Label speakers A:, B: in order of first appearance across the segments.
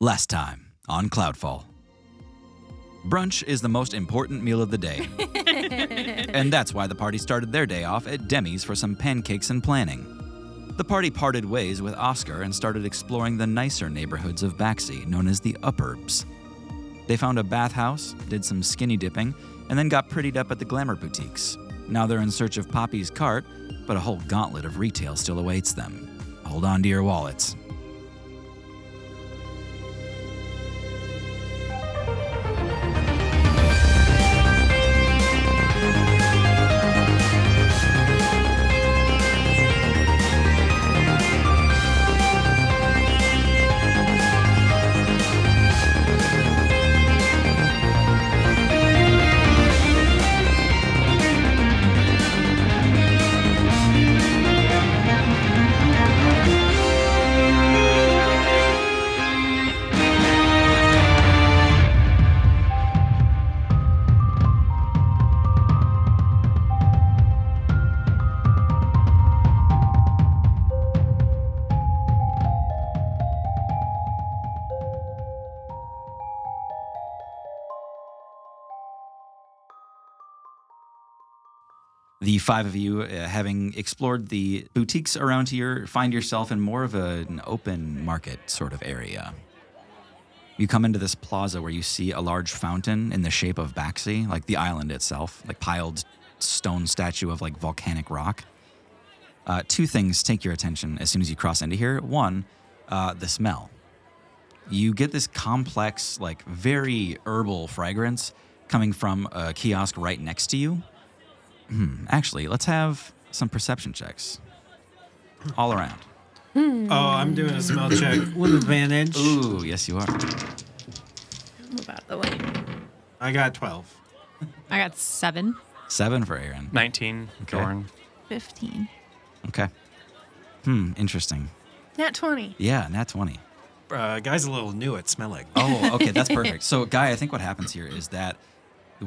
A: Last time on Cloudfall. Brunch is the most important meal of the day. and that's why the party started their day off at Demi's for some pancakes and planning. The party parted ways with Oscar and started exploring the nicer neighborhoods of Baxi, known as the Uppers. They found a bathhouse, did some skinny dipping, and then got prettied up at the glamour boutiques. Now they're in search of Poppy's cart, but a whole gauntlet of retail still awaits them. Hold on to your wallets. the five of you, uh, having explored the boutiques around here, find yourself in more of a- an open market sort of area. You come into this plaza where you see a large fountain in the shape of Baxi, like the island itself, like piled stone statue of like volcanic rock. Uh, two things take your attention as soon as you cross into here. One, uh, the smell you get this complex, like very herbal fragrance coming from a kiosk right next to you. Hmm, actually, let's have some perception checks all around.
B: Oh, I'm doing a smell check with advantage.
A: Ooh, yes, you are.
C: Move out of the way.
B: I got 12.
D: I got seven.
A: Seven for Aaron.
E: 19. Dorn.
C: 15.
A: Okay. Hmm, interesting.
C: Nat 20.
A: Yeah, nat 20.
B: Uh, guy's a little new at smelling.
A: Oh, okay, that's perfect. So, Guy, I think what happens here is that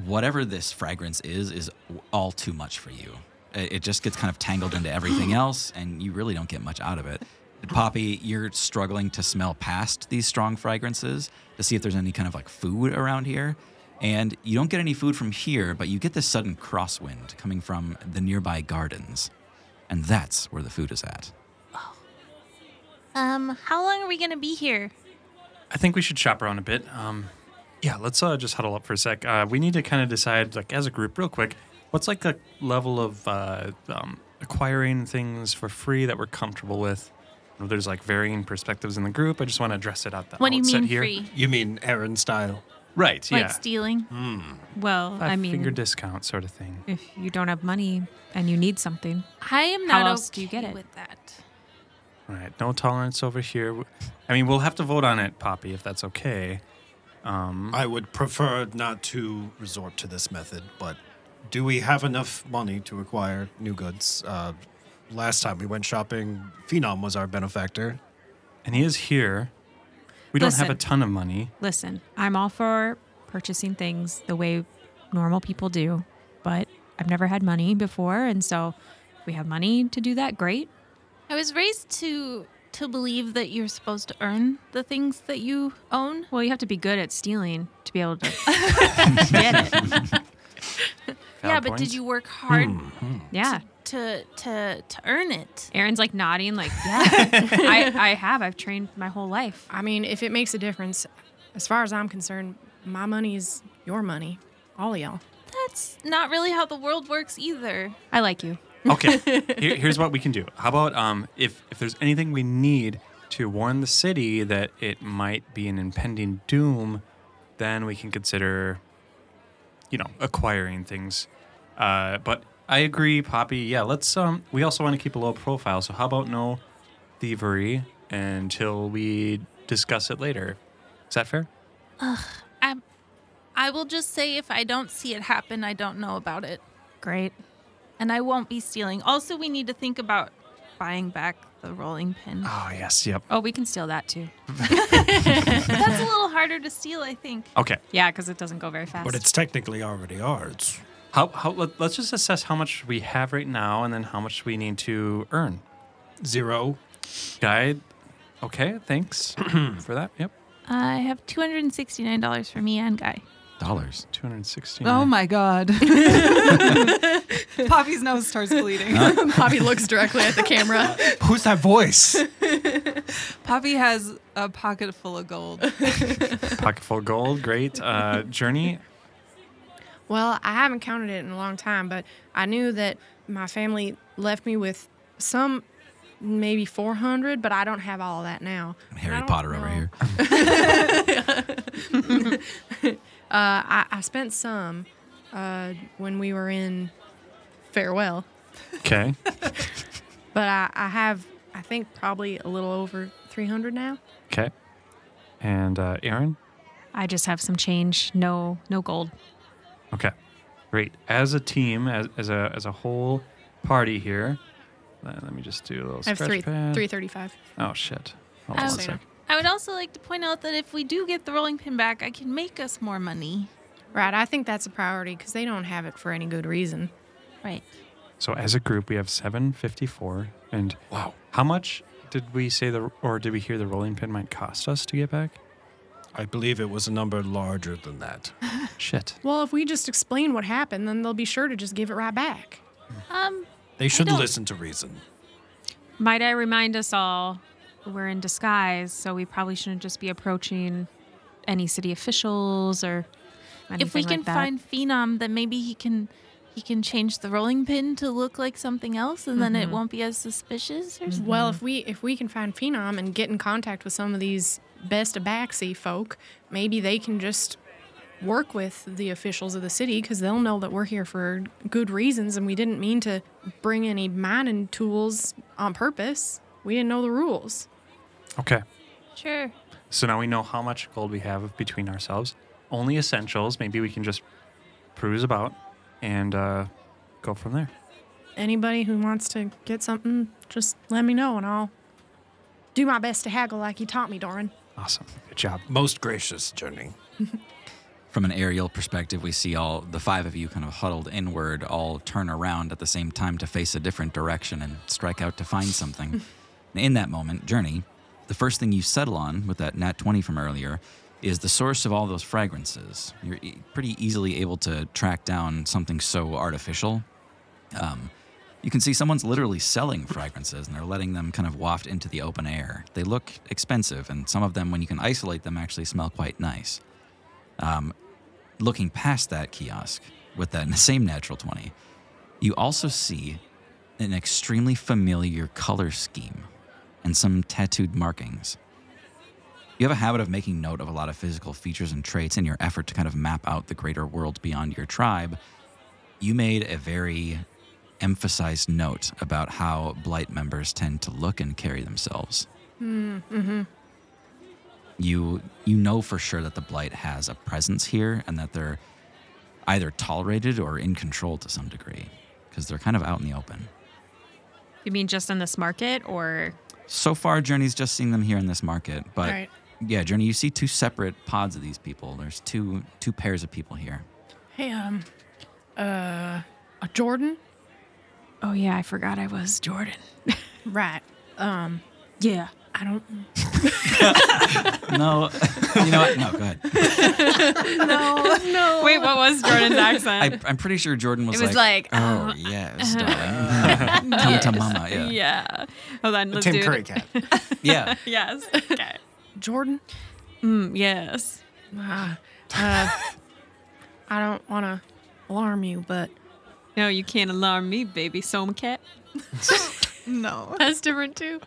A: whatever this fragrance is, is all too much for you. It, it just gets kind of tangled into everything else, and you really don't get much out of it. Poppy, you're struggling to smell past these strong fragrances to see if there's any kind of like food around here. And you don't get any food from here, but you get this sudden crosswind coming from the nearby gardens. And that's where the food is at.
C: Um, how long are we going to be here?
E: I think we should shop around a bit. Um, yeah, let's uh, just huddle up for a sec. Uh, we need to kind of decide, like, as a group, real quick, what's like a level of uh, um, acquiring things for free that we're comfortable with. I know There's like varying perspectives in the group. I just want to address it at the
C: What do you
E: outset
C: mean
E: here.
C: free?
B: You mean Aaron style?
E: Right?
C: Like
E: yeah.
C: stealing?
D: Well,
E: Five
D: I mean,
E: finger discount sort of thing.
D: if you don't have money and you need something,
C: I am
D: How
C: not
D: else do you
C: okay
D: get it?
C: with that.
E: All right, no tolerance over here. I mean, we'll have to vote on it, Poppy, if that's okay. Um,
B: I would prefer not to resort to this method, but do we have enough money to acquire new goods? Uh, last time we went shopping, Phenom was our benefactor.
E: and he is here. We don't have a
D: Listen.
E: ton of money.
D: listen, I'm all for purchasing things the way normal people do, but I've never had money before. And so if we have money to do that, great.
C: I was raised to to believe that you're supposed to earn the things that you own.
D: Well, you have to be good at stealing to be able to get it.
C: yeah,
E: Valid
C: but did
E: points.
C: you work hard
D: Hmm. Yeah.
C: to to to earn it?
D: Aaron's like nodding, like, yeah, I, I have. I've trained my whole life.
F: I mean, if it makes a difference, as far as I'm concerned, my money is your money. All of y'all.
C: That's not really how the world works either.
D: I like you.
E: Okay, here, here's what we can do. How about um, if if there's anything we need to warn the city that it might be an impending doom, then we can consider, you know, acquiring things. Uh, but I agree, Poppy. Yeah, let's. Um, we also want to keep a low profile. So how about no thievery until we discuss it later? Is that fair?
C: I I will just say if I don't see it happen, I don't know about it.
D: Great.
C: And I won't be stealing. Also, we need to think about buying back the rolling pin.
E: Oh yes. Yep.
D: Oh, we can steal that too.
C: That's a little harder to steal, I think.
E: Okay.
D: Yeah, because it doesn't go very fast.
B: But it's technically already ours.
E: How, how let, let's just assess how much we have right now, and then how much we need to earn.
B: Zero.
E: Guide. Okay, thanks for that. Yep.
C: I have $269 for me and Guy.
A: Dollars.
E: 216.
D: Oh my god. Poppy's nose starts bleeding.
F: Poppy looks directly at the camera.
B: Who's that voice?
D: Poppy has a pocket full of gold.
E: Pocket full of gold. Great. Uh, journey.
F: Well, I haven't counted it in a long time, but I knew that my family left me with some, maybe 400, but I don't have all of that now. I
A: Harry
F: don't
A: Potter over
F: know.
A: here.
F: Uh, I, I spent some uh, when we were in farewell,
E: Okay.
F: but I, I have, I think, probably a little over 300 now.
E: Okay. And uh, Aaron.
D: I just have some change. No, no gold.
E: Okay, great. As a team, as, as a as a whole party here, uh, let me just do a little
F: I have
E: scratch
F: three,
E: pad.
F: 335.
E: Oh shit! Hold
C: I
E: on a
C: was-
E: sec.
C: I would also like to point out that if we do get the rolling pin back, I can make us more money.
F: Right. I think that's a priority because they don't have it for any good reason.
C: Right.
E: So as a group, we have seven fifty four. And wow, how much did we say the or did we hear the rolling pin might cost us to get back?
B: I believe it was a number larger than that.
E: Shit.
F: Well, if we just explain what happened, then they'll be sure to just give it right back.
C: Um,
B: They should
C: don't-
B: listen to reason.
D: Might I remind us all, we're in disguise, so we probably shouldn't just be approaching any city officials or anything
C: if we
D: like
C: can
D: that.
C: find Phenom, then maybe he can he can change the rolling pin to look like something else, and then
D: Mm-hmm.
C: it won't be as suspicious. Or something.
F: Well, if we if we can find Phenom and get in contact with some of these best Abaxi folk, maybe they can just work with the officials of the city because they'll know that we're here for good reasons and we didn't mean to bring any mining tools on purpose. We didn't know the rules.
E: Okay.
C: sure.
E: So now we know how much gold we have between ourselves. Only essentials. Maybe we can just peruse about and uh, go from there.
F: Anybody who wants to get something, just let me know and I'll do my best to haggle like you taught me, Doran.
E: Awesome. Good job.
B: Most gracious journey.
A: From an aerial perspective, we see all the five of you kind of huddled inward, all turn around at the same time to face a different direction and strike out to find something. And in that moment, Journey, the first thing you settle on with that nat 20 from earlier is the source of all those fragrances. You're e- pretty easily able to track down something so artificial. Um, you can see someone's literally selling fragrances and they're letting them kind of waft into the open air. They look expensive, and some of them, when you can isolate them, actually smell quite nice looking past that kiosk with that same natural 20, you also see an extremely familiar color scheme and some tattooed markings. You have a habit of making note of a lot of physical features and traits in your effort to kind of map out the greater world beyond your tribe. You made a very emphasized note about how blight members tend to look and carry themselves you you know for sure that the blight has a presence here and that they're either tolerated or in control to some degree because they're kind of out in the open
D: you mean just in this market, or
A: so far journey's just seen them here in this market but
F: Right.
A: yeah journey you see two separate pods of these people there's two two pairs of people here
F: Hey, um, uh, uh, Jordan?
D: oh yeah, I forgot I was Jordan.
F: Right. Um,
D: Yeah.
F: I don't.
A: no you know what no go ahead
D: Wait, what was Jordan's accent?
A: I, i'm pretty sure jordan was,
D: It was like, uh-huh.
A: oh yes darling come to mama yeah yeah,
D: yeah. Hold on, let's do
B: Tim
D: it.
B: Curry cat.
D: Yes. Okay.
F: Jordan?
D: Mm, yes.
F: Uh, uh, I don't want to alarm you, but
D: No, you can't alarm me, baby. Soma cat.
C: No.
F: that's different too.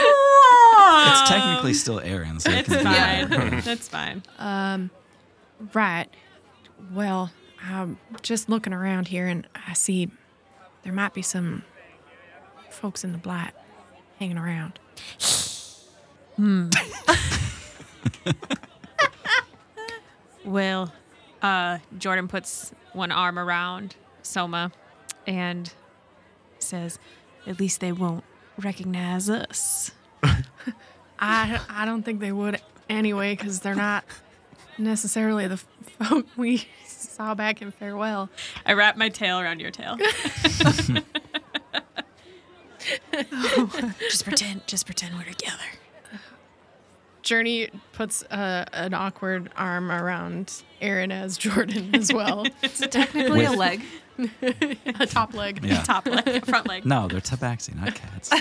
A: it's technically still aaron so it
D: Um, It's
A: can be
D: fine. That's fine.
F: Right. Well, I'm just looking around here and I see there might be some folks in the blight hanging around.
D: Well, uh, Jordan puts one arm around Soma and says, "At least they won't recognize us."
F: I, I don't think they would anyway because they're not necessarily the folk we saw back in farewell.
D: I wrap my tail around your tail. Just pretend, just pretend we're together.
F: Journey puts uh, an awkward arm around Aaron as Jordan as well.
D: It's technically a
A: With-
D: leg,
F: a top leg.
A: Yeah.
D: top leg, front leg.
A: No, they're tabaxi, not cats.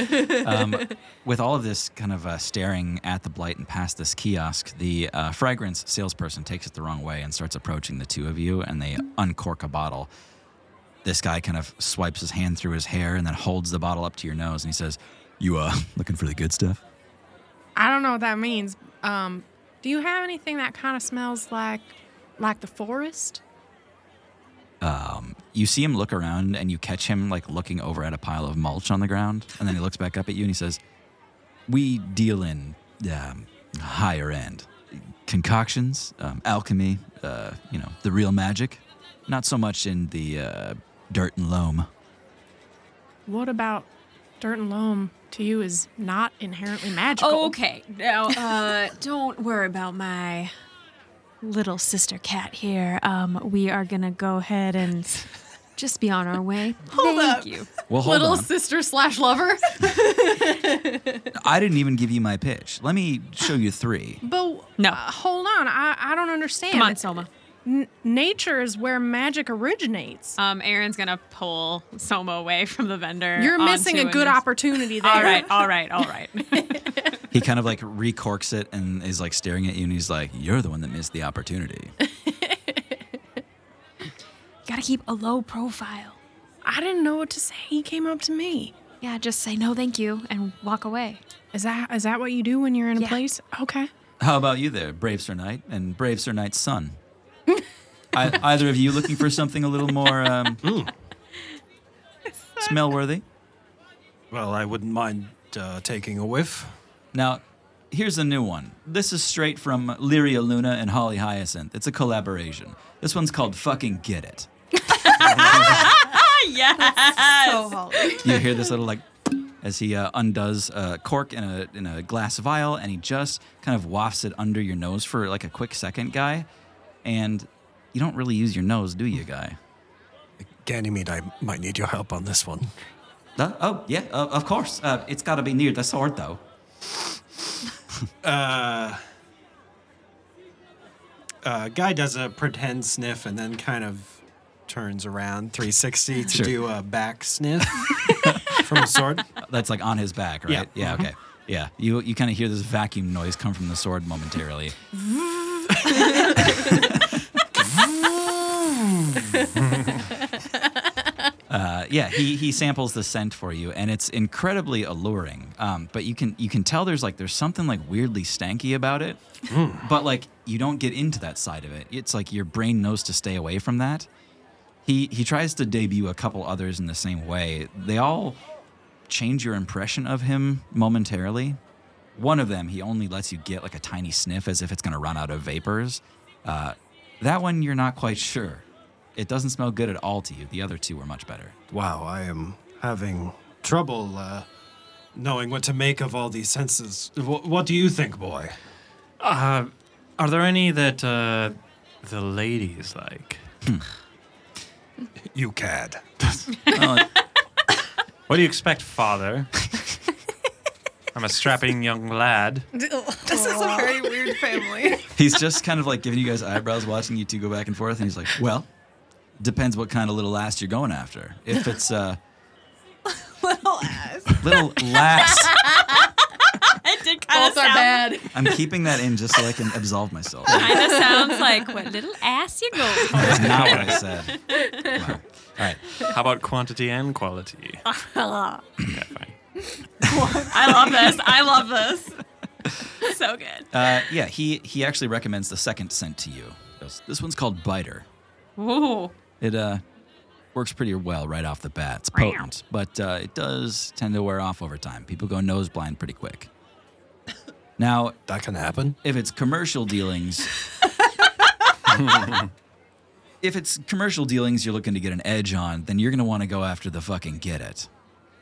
A: um, with all of this kind of uh, staring at the blight and past this kiosk, the uh, fragrance salesperson takes it the wrong way and starts approaching the two of you, and they uncork a bottle. This guy kind of swipes his hand through his hair and then holds the bottle up to your nose, and he says, "You uh, looking for the good stuff?"
F: I don't know what that means. Um, do you have anything that kind of smells like like the forest?
A: Um, you see him look around, and you catch him like looking over at a pile of mulch on the ground, and then he looks back up at you and he says, "We deal in um, higher end concoctions, um, alchemy, uh, you know, the real magic. Not so much in the uh, dirt and loam.
F: What about dirt and loam to you is not inherently magical?
D: Oh, Okay, now uh, don't worry about my little sister cat here. Um, we are gonna go ahead and just be on our way. Thank you.
A: Well, hold
F: Little
A: on.
F: sister slash lover.
A: I didn't even give you my pitch. Let me show you three.
F: but
D: No.
F: uh, hold on. I, I don't understand.
D: Come on, Soma.
F: N- nature is where magic originates.
D: Um, Aaron's gonna pull Soma away from the vendor.
F: You're missing a
D: onto
F: good
D: an-
F: opportunity there.
D: All right, all right, all right.
A: He kind of like recorks it and is like staring at you, and he's like, "You're the one that missed the opportunity."
D: Gotta keep a low profile.
F: I didn't know what to say. He came up to me.
D: Yeah, just say no, thank you, and walk away.
F: Is that is that what you do when you're in a
D: Yeah.
F: place? Okay.
A: How about you there, Brave Sir Knight and Brave Sir Knight's son? I, either of you looking for something a little more um, smell worthy?
B: Well, I wouldn't mind uh, taking a whiff.
A: Now, here's a new one. This is straight from Lyria Luna and Holly Hyacinth. It's a collaboration. This one's called Fucking Get It.
G: So Holly.
A: You hear this little like as he uh, undoes a cork in a, in a glass vial and he just kind of wafts it under your nose for like a quick second, guy. And you don't really use your nose, do you, guy?
B: Ganymede, I might need your help on this one.
A: Uh, oh, yeah, uh, of course. Uh, it's got to be near the sword, though.
B: Uh, guy does a pretend sniff and then kind of turns around 360 to
A: Sure.
B: do a back sniff from a sword.
A: That's like on his back, right?
B: Yeah.
A: okay. Yeah. You you kind of hear this vacuum noise come from the sword momentarily. Uh, yeah, he, he samples the scent for you, and it's incredibly alluring. Um, but you can you can tell there's like there's something like weirdly stanky about it, but like you don't get into that side of it. It's like your brain knows to stay away from that. He he tries to debut a couple others in the same way. They all change your impression of him momentarily. One of them, he only lets you get like a tiny sniff as if it's going to run out of vapors. Uh, that one, you're not quite sure. It doesn't smell good at all to you. The other two are much better.
B: Wow, I am having trouble uh, knowing what to make of all these senses. Wh- what do you think, boy?
E: Uh, are there any that uh, the ladies like?
B: You cad.
E: What do you expect, father? I'm a strapping young lad.
G: This is a very weird family.
A: He's just kind of like giving you guys eyebrows, watching you two go back and forth, and he's like, "Well, depends what kind of little ass you're going after. If it's uh,
G: Little ass.
A: little lass,
D: It did kind of
F: Both are
D: sound,
F: bad.
A: I'm keeping that in just so I can absolve myself.
D: kind of sounds like what little ass you go for.
A: That's not what I said. Wow. All right.
E: How about quantity and quality? okay, fine.
D: I love this. I love this. So good.
A: Uh, yeah, he he actually recommends the second scent to you. He goes, This one's called Biter.
D: Ooh.
A: It uh, works pretty well right off the bat. It's potent, but uh, it does tend to wear off over time. People go nose blind pretty quick. Now,
B: That can happen.
A: if it's commercial dealings, if it's commercial dealings you're looking to get an edge on, then you're going to want to go after the fucking get it.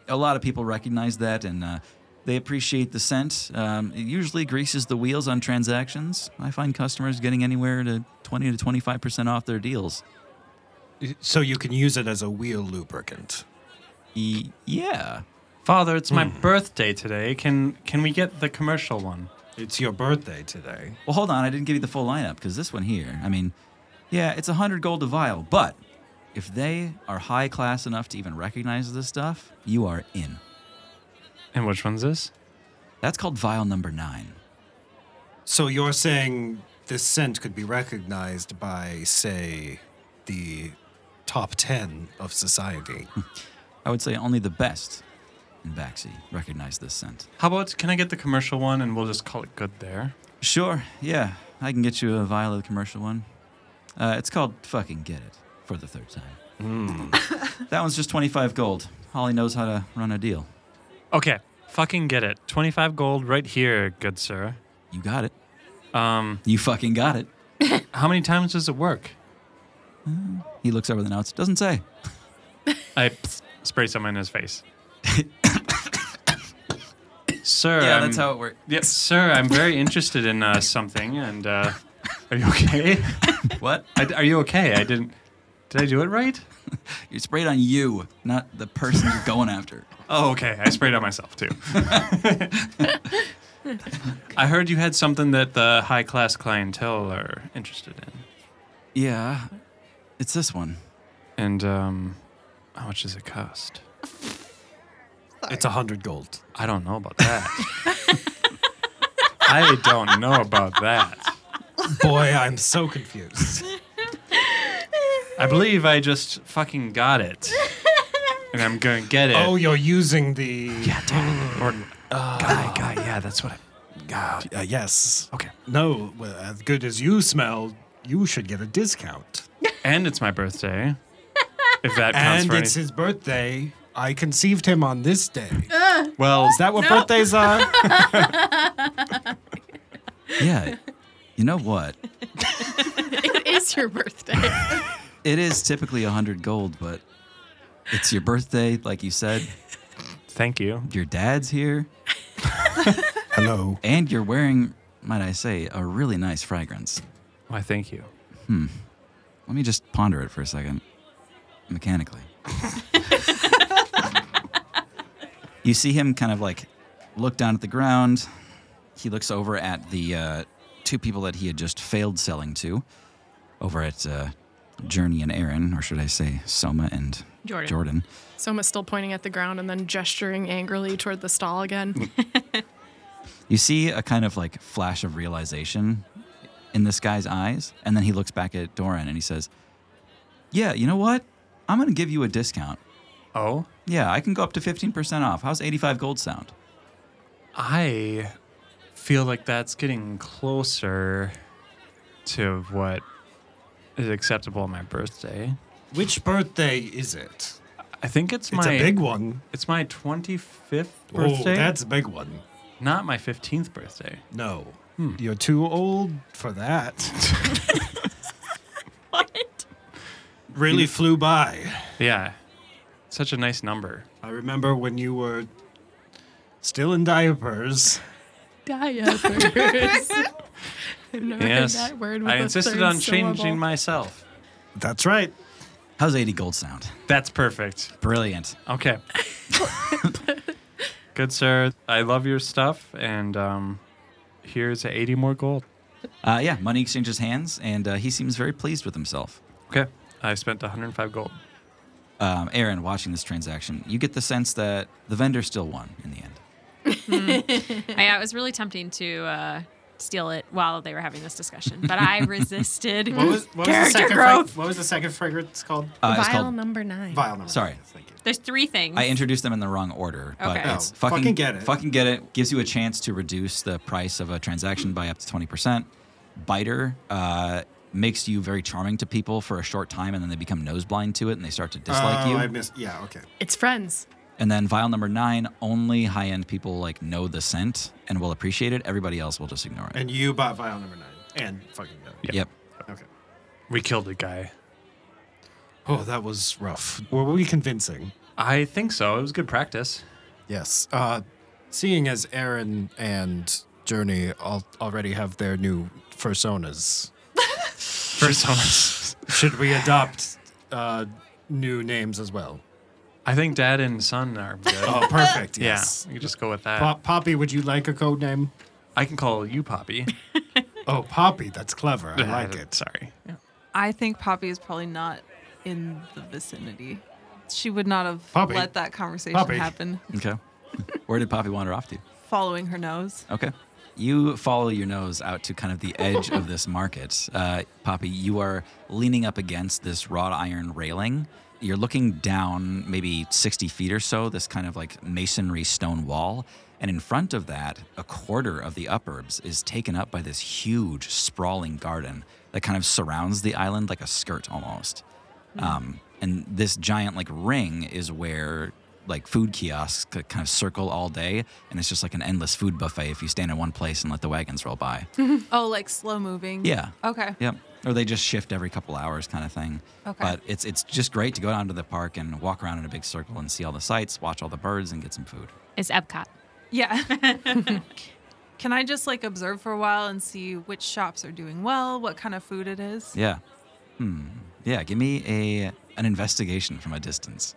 A: A lot of people recognize that and uh, they appreciate the scent. Um, it usually greases the wheels on transactions. I find customers getting anywhere to 20 to 25% off their deals.
B: So you can use it as a wheel lubricant.
A: E- yeah.
E: Father, it's my birthday today. Can can we get the commercial one?
B: It's your birthday today.
A: Well, hold on. I didn't give you the full lineup because this one here, I mean, yeah, it's 100 gold a vial, but if they are high class enough to even recognize this stuff, you are in.
E: And which one's this?
A: That's called vial number nine.
B: So you're saying this scent could be recognized by, say, the top 10 of society.
A: I would say only the best in Baxi recognize this scent.
E: How about can I get the commercial one and we'll just call it good there?
A: Sure, yeah, I can get you a vial of the commercial one. Uh, it's called Fucking Get It for the third time. that one's just 25 gold. Holly knows how to run a deal.
E: Okay, fucking get it. 25 gold right here, good sir.
A: You got it.
E: Um,
A: You fucking got it.
E: how many times does it work?
A: He looks over the notes. Doesn't say.
E: I spray some in his face. sir,
A: Yeah,
E: I'm-
A: that's how it works.
E: Yes, sir. I'm very interested in uh, something, and uh, are you okay?
A: What?
E: I, are you okay? I didn't. Did I do it right?
A: You sprayed on you, not the person you're going after.
E: Oh, okay. I sprayed on myself too. I heard you had something that the high class clientele are interested in,
A: Yeah, it's this one.
E: and um, how much does it cost?
B: It's a 100 gold.
E: I don't know about that. I don't know about that.
B: Boy, I'm so confused.
E: I believe I just fucking got it, and I'm gonna get it.
B: Oh, you're using the. Yeah,
E: Or, guy, guy, yeah, that's what I.
B: uh, yes.
E: Okay.
B: No, well, as good as you smell, you should get a discount.
E: And it's my birthday. If that counts
B: And
E: for
B: it's
E: anything.
B: his birthday. I conceived him on this day.
E: Well,
B: Is that what birthdays are?
A: Yeah. You know what?
F: It is your birthday.
A: It is typically 100 gold, but it's your birthday, like you said.
E: thank you.
A: Your dad's here,
B: Hello.
A: and you're wearing, might I say, a really nice fragrance.
E: Why, thank you.
A: Let me just ponder it for a second, mechanically. you see him kind of like look down at the ground. He looks over at the uh, two people that he had just failed selling to, over at uh, Journey and Aaron, or should I say Soma and
F: Jordan.
A: Jordan.
F: Soma's still pointing at the ground and then gesturing angrily toward the stall again.
A: You see a kind of like flash of realization in this guy's eyes, and then he looks back at Doran and he says, "Yeah, you know what? I'm gonna give you a discount."
E: Oh,
A: Yeah, I can go up to 15% off. How's 85 gold sound?
E: I feel like that's getting closer to what is acceptable on my birthday.
B: Which birthday is it?
E: I think it's,
B: It's
E: my
B: a big one.
E: it's my 25th
B: Oh,
E: birthday.
B: that's a big one.
E: not my 15th birthday.
B: No. You're too old for that.
C: What?
B: really flew by.
E: Yeah. Such a nice number.
B: I remember when you were still in diapers.
F: Diapers. I've never
E: yes.
F: heard that word with
E: I
F: a
E: insisted
F: third
E: on
F: syllable.
E: changing myself.
B: That's right.
A: How's 80 gold sound?
E: That's perfect.
A: Brilliant.
E: Okay. Good sir, I love your stuff, and um, here's 80 more gold.
A: Uh, yeah, money exchanges hands, and uh, he seems very pleased with himself.
E: Okay, I spent 105 gold.
A: Um, Aaron, watching this transaction, you get the sense that the vendor still won in the end.
D: yeah, it was really tempting to uh, steal it while they were having this discussion, but I resisted. Hmm. Character growth.
B: what was the second fragrance called?
A: Uh, it's
F: Vial
A: called,
F: number nine.
B: Vial number.
A: Sorry.
B: Thank you.
D: There's three things.
A: I introduced them in the wrong order, but
D: Okay.
A: it's
B: Oh,
A: fucking,
B: fucking get it.
A: Fucking get it gives you a chance to reduce the price of a transaction by up to 20%. Biter uh, makes you very charming to people for a short time, and then they become noseblind to it, and they start to dislike
B: Oh,
A: you.
B: I missed. Yeah, okay.
F: It's friends.
A: And then vial number nine, only high end people like know the scent and will appreciate it. Everybody else will just ignore it.
B: And you bought vial number nine. And fucking got it.
A: yep.
B: Okay.
E: We killed a guy.
B: Oh, that was rough. Were we convincing?
E: I think so. It was good practice.
B: Yes. Uh, seeing as Aaron and Journey al- already have their new personas,
E: First time.
B: should we adopt uh, new names as well?
E: I think dad and son are good.
B: Oh, perfect.
E: yeah,
B: Yes.
E: we could just go with that.
B: Pop- Poppy, would you like a code name?
E: I can call you Poppy.
B: Oh, Poppy, that's clever. I like it.
E: Sorry.
G: I think Poppy is probably not in the vicinity. She would not have
B: Poppy.
G: let that conversation
B: Poppy.
G: happen
A: Okay. Where did Poppy wander off to?
G: following her nose.
A: Okay. You follow your nose out to kind of the edge of this market. Uh, Poppy, you are leaning up against this wrought iron railing. You're looking down maybe 60 feet or so, this kind of like masonry stone wall. And in front of that, a quarter of the upperbs is taken up by this huge, sprawling garden that kind of surrounds the island like a skirt almost. Um, and this giant like ring is where like food kiosks could kind of circle all day, and it's just like an endless food buffet if you stand in one place and let the wagons roll by.
G: Oh, like slow moving.
A: yeah.
G: Okay.
A: Yep. Or they just shift every couple hours, kind of thing.
G: Okay.
A: But it's it's just great to go down to the park and walk around in a big circle and see all the sights, watch all the birds, and get some food.
D: It's Epcot.
G: Yeah. Can I just like observe for a while and see which shops are doing well, what kind of food it is?
A: Yeah. Hmm. Yeah. Give me a an investigation from a distance.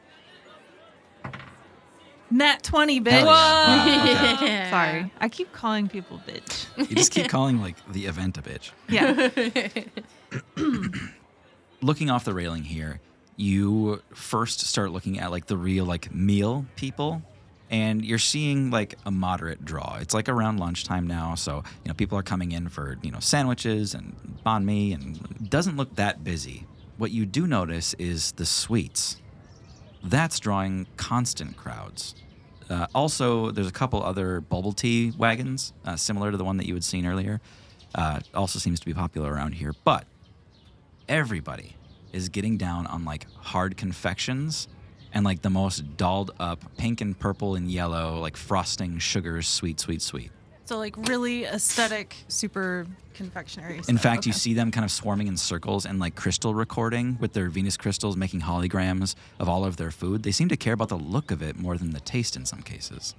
G: Nat 20, bitch.
A: Hell yeah. Wow, okay.
F: Yeah.
G: Sorry. I keep calling people bitch.
A: You just keep calling like the event a bitch.
G: Yeah.
A: looking off the railing here, you first start looking at like the real like meal people and you're seeing like a moderate draw. It's like around lunchtime now, so you know people are coming in for, you know, sandwiches and banh mi and it doesn't look that busy. What you do notice is the sweets. That's drawing constant crowds. Uh, also, there's a couple other bubble tea wagons, uh, similar to the one that you had seen earlier. Uh, also seems to be popular around here, but everybody is getting down on like hard confections and like the most dolled up pink and purple and yellow like frosting sugars sweet sweet sweet
G: so like really aesthetic, super confectionery.
A: in
G: stuff.
A: fact you
G: Okay.
A: see them kind of swarming in circles and like crystal recording with their venus crystals making holograms of all of their food they seem to care about the look of it more than the taste in some cases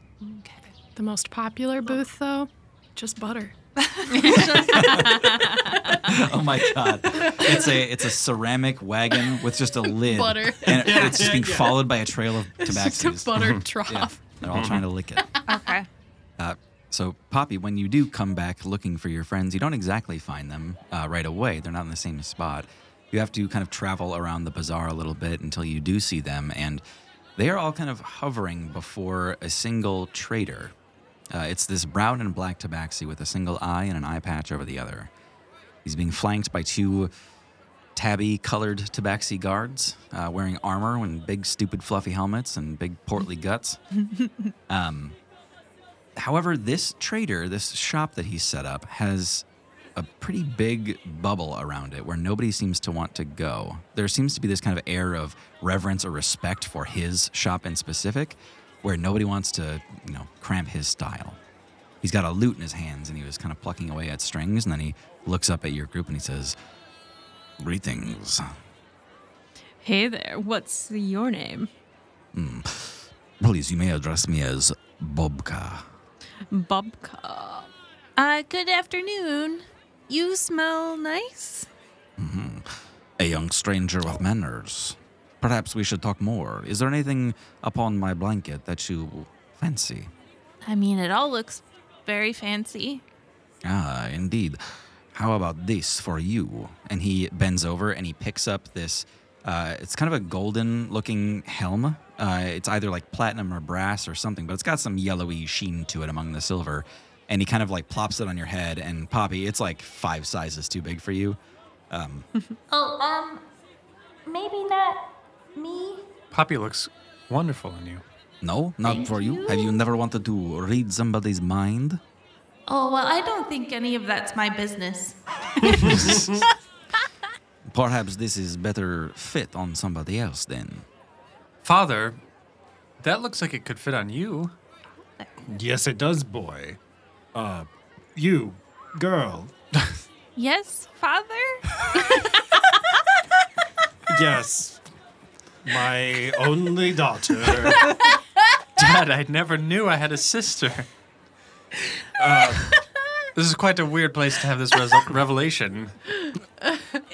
F: The most popular booth, though, just butter.
A: oh my god it's a it's a ceramic wagon with just a lid
F: Butter.
A: and it's just being followed by a trail of
F: Just a
A: tobaccos
F: butter trough.
A: yeah they're all trying to lick it
G: Okay.
A: Uh, so, Poppy, when you do come back looking for your friends, you don't exactly find them uh, right away. They're not in the same spot. You have to kind of travel around the bazaar a little bit until you do see them, and they are all kind of hovering before a single trader. Uh, it's this brown and black tabaxi with a single eye and an eye patch over the other. He's being flanked by two tabby colored tabaxi guards uh, wearing armor and big, stupid, fluffy helmets and big, portly guts. um, However, this trader, this shop that he set up, has a pretty big bubble around it where nobody seems to want to go. There seems to be this kind of air of reverence or respect for his shop in specific, where nobody wants to, you know, cramp his style. He's got a lute in his hands and he was kind of plucking away at strings, and then he looks up at your group and he says, Greetings.
D: Hey there. What's your name?
A: Please, you may address me as Bobka.
D: Bobka.
C: Uh, good afternoon. You smell nice.
A: A young stranger with manners. Perhaps we should talk more. Is there anything upon my blanket that you fancy?
C: I mean, it all looks very fancy.
A: Ah, indeed. How about this for you? And he bends over and he picks up this. Uh, it's kind of a golden looking helm. Uh, it's either like platinum or brass or something, but it's got some yellowy sheen to it among the silver. And he kind of like plops it on your head. And Poppy, it's like five sizes too big for you.
H: Oh, um, maybe not me.
E: Poppy looks wonderful in you.
A: No, not for you. Have you never wanted to read somebody's mind?
C: Oh, well, I don't think any of that's my business.
A: Perhaps this is better fit on somebody else then.
E: Father, that looks like it could fit on you.
B: Yes, it does, boy. Uh, you, girl.
C: Yes, father?
B: Yes. My only daughter.
E: Dad, I never knew I had a sister. Uh, this is quite a weird place to have this res- revelation.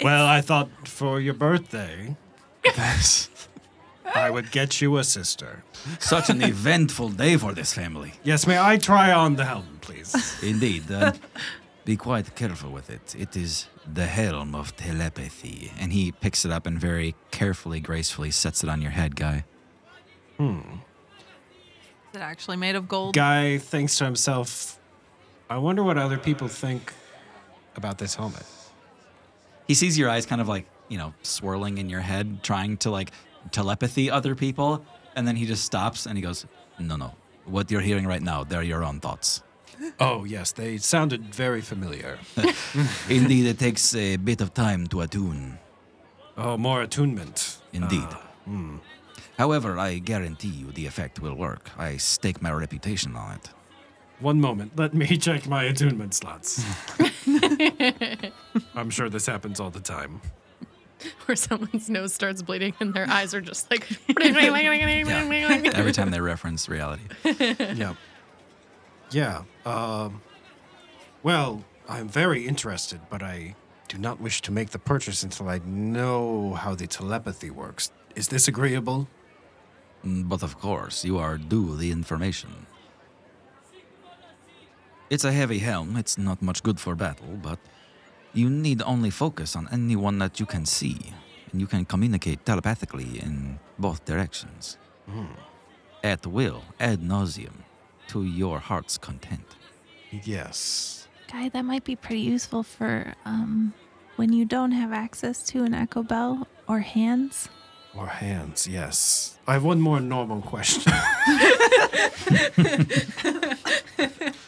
B: Well, I thought for your birthday,
E: Yes.
B: I I would get you a sister.
A: Such an eventful day for this family.
B: Yes, may I try on the helm, please?
A: Indeed. Uh, be quite careful with it. It is the helm of telepathy. And he picks it up and very carefully, gracefully sets it on your head, Guy.
G: Is it actually made of gold?
B: Guy thinks to himself, I wonder what other people think about this helmet.
A: He sees your eyes kind of like, you know, swirling in your head, trying to like telepathy other people. And then he just stops and he goes, No, no. What you're hearing right now, they're your own thoughts.
B: Oh, yes, they sounded very familiar.
A: Indeed, it takes a bit of time to attune.
B: Oh, more attunement.
A: Indeed. Ah, hmm. However, I guarantee you the effect will work. I stake my reputation on it.
B: Uh, One moment, let me check my attunement slots. I'm sure this happens all the time.
F: where someone's nose starts bleeding and their eyes are just like. yeah.
A: Every time they reference reality.
B: yeah. Yeah. Um, well, I'm very interested, but I do not wish to make the purchase until I know how the telepathy works. Is this agreeable?
A: Mm, But of course, you are due the information. It's a heavy helm, it's not much good for battle, but you need only focus on anyone that you can see, and you can communicate telepathically in both directions. At will, ad nauseum, to your heart's content.
B: Yes.
C: Guy, that might be pretty useful for um, when you don't have access to an echo bell or hands.
B: Or hands, yes. I have one more normal question.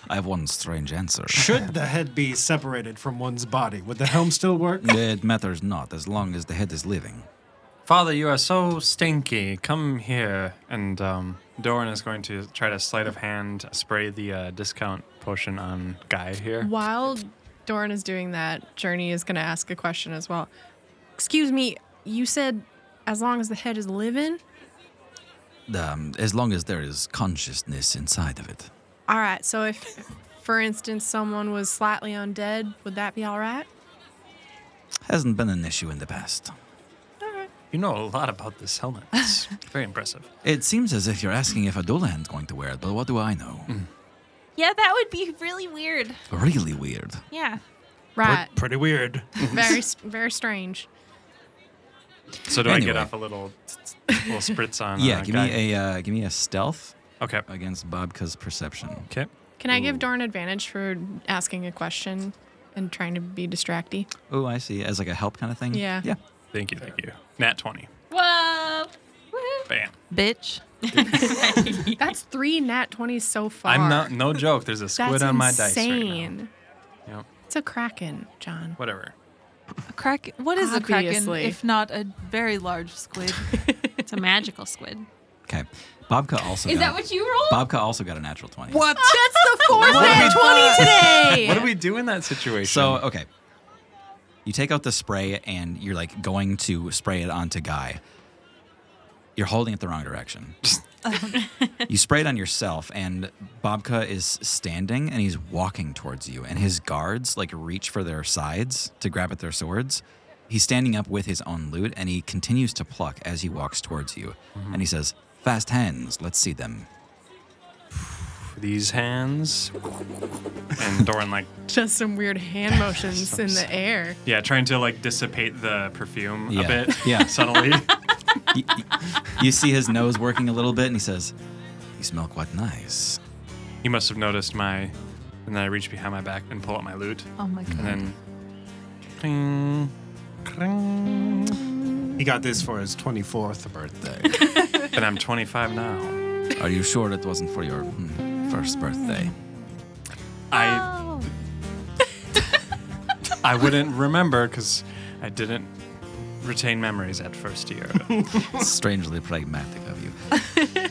A: I have one strange answer.
B: Should the head be separated from one's body, would the helm still work?
A: it matters not as long as the head is living.
E: Father, you are so stinky. Come here. And um, Doran is going to try to sleight of hand spray the uh, discount potion on Guy here.
F: While Doran is doing that, Journey is going to ask a question as well. Excuse me, you said as long as the head is living?
A: Um, as long as there is consciousness inside of it.
F: All right, so if, for instance, someone was slightly undead, would that be all right?
A: Hasn't been an issue in the past.
E: You know a lot about this helmet. It's very impressive.
A: It seems as if you're asking if Adulahan's going to wear it, but what do I know?
G: Yeah, that would be really weird.
A: Really weird.
G: Yeah.
F: Right.
B: Pretty weird.
F: very, s- very strange.
E: So do I get
A: Anyway.
E: off a little, little spritz on?
A: yeah,
E: uh,
A: give
E: Guy?
A: me a uh, give me a stealth
E: Okay.
A: against Bobka's perception.
E: Okay.
F: Can I give Doran advantage for asking a question and trying to be distracty?
A: Oh, I see. As like a help kind of thing.
F: Yeah.
A: Yeah.
E: Thank you. Thank you. Nat 20.
H: Whoa! Woohoo!
E: Bam.
G: Bitch.
F: That's three nat 20s so far.
E: I'm not, no joke. There's a
F: That's
E: squid on my dice. Right now.
F: insane.
E: Yep.
F: It's a kraken, John.
E: Whatever.
G: A crack. What is a kraken
F: Obviously.
G: if not a very large squid?
D: It's a magical squid.
A: Okay. Bobka also.
H: Is
A: got
H: that what you rolled?
A: Bobka also got a natural twenty.
F: That's the fourth nat 20 today.
E: What do we do in that situation?
A: So okay. You take out the spray and you're like going to spray it onto Guy. You're holding it the wrong direction. you spray it on yourself, and Bobka is standing and he's walking towards you, and his guards like reach for their sides to grab at their swords. He's standing up with his own loot, and he continues to pluck as he walks towards you, and he says, "Fast hands, let's see them."
E: these hands. And Doran, like,
F: Just some weird hand motions in the air.
E: yeah, trying to, like, dissipate the perfume
A: Yeah.
E: a bit.
A: Yeah.
E: Subtly.
A: you, you- you see his nose working a little bit, and he says, "You smell quite nice."
E: he must have noticed my. And then I reach behind my back and pull out my loot.
G: Oh my god.
E: And then. Cling, cling.
B: He got this for his 24th birthday.
E: And I'm 25 now.
A: Are you sure it wasn't for your hmm, first birthday?
E: I I wouldn't remember because I didn't retain memories at first year.
A: Strangely pragmatic of you.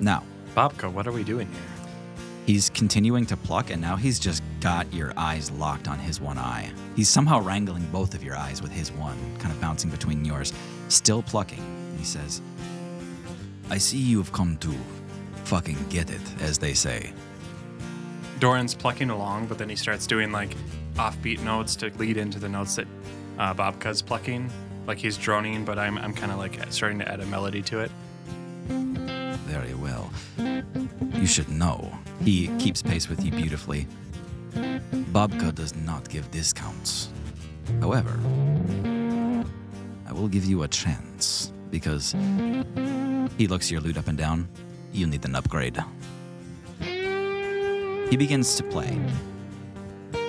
A: now,
E: Bobka, what are we doing here?
A: he's continuing to pluck, and now he's just got your eyes locked on his one eye. He's somehow wrangling both of your eyes with his one, kind of bouncing between yours, still plucking. He says, I see you've come to fucking get it, as they say.
E: Doran's plucking along, but then he starts doing like offbeat notes to lead into the notes that uh, Bobka's plucking. Like he's droning, but I'm, I'm kind of like starting to add a melody to it.
A: Very well. You should know. He keeps pace with you beautifully. Babka does not give discounts. However, I will give you a chance because he looks your loot up and down. You need an upgrade. He begins to play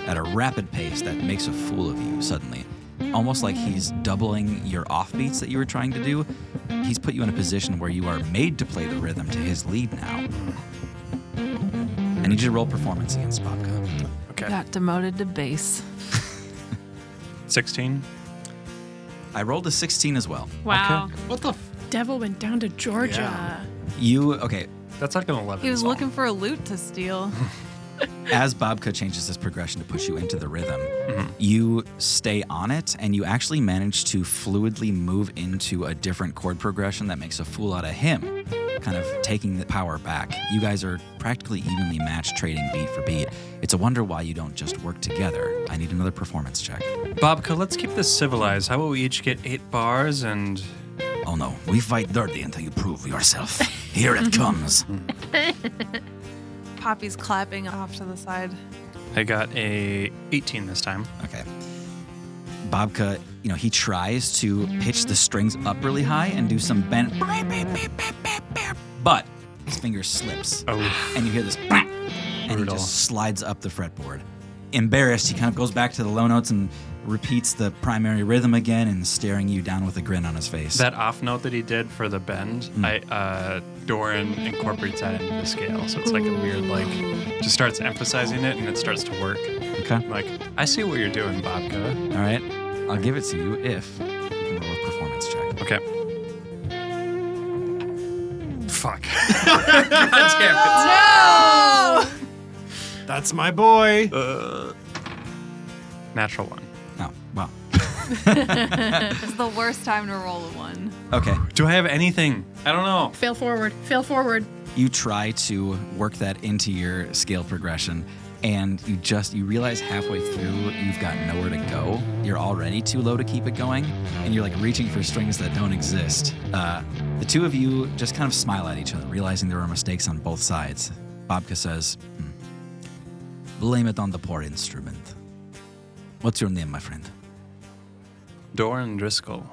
A: at a rapid pace that makes a fool of you suddenly. Almost like he's doubling your offbeats that you were trying to do. He's put you in a position where you are made to play the rhythm to his lead now. I need you to roll performance against Bobka.
E: Okay.
G: Got demoted to bass.
E: 16.
A: I rolled a 16 as well.
C: Wow.
B: What the?
F: Devil went down to Georgia.
A: You, okay,
E: That's like an 11.
G: He was
E: song.
G: looking for a loot to steal.
A: as Bobka changes his progression to push you into the rhythm, you stay on it and you actually manage to fluidly move into a different chord progression that makes a fool out of him, kind of taking the power back. You guys are practically evenly matched, trading beat for beat. It's a wonder why you don't just work together. I need another performance check.
E: Bobka, let's keep this civilized. How about we each get eight bars and.
A: Oh no, we fight dirty until you prove yourself. Here it comes.
G: Poppy's clapping off to the side.
E: I got a 18 this time.
A: Okay. Bobka, you know, he tries to pitch the strings up really high and do some bent, but his finger slips,
E: Oh,
A: and you hear this, and he
E: Brutal.
A: just slides up the fretboard. Embarrassed, he kind of goes back to the low notes and repeats the primary rhythm again, and staring you down with a grin on his face.
E: that off note that he did for the bend, I uh, Doran incorporates that into the scale, so it's like a weird like just starts emphasizing it and it starts to work.
A: okay,
E: Like I see what you're doing, Bobka.
A: all right, I'll give it to you if you can roll a performance check.
E: Okay. Fuck.
B: That's my boy.
E: Natural one.
A: Oh, wow.
G: This is the worst time to roll a one.
A: Okay.
E: Do I have anything? I don't know.
F: Fail forward. Fail forward.
A: you try to work that into your scale progression and you just you realize halfway through you've got nowhere to go you're already too low to keep it going and you're like reaching for strings that don't exist uh, the two of you just kind of smile at each other realizing there were mistakes on both sides bobka says "Hmm. blame it on the poor instrument what's your name my friend
E: Doran Driscoll.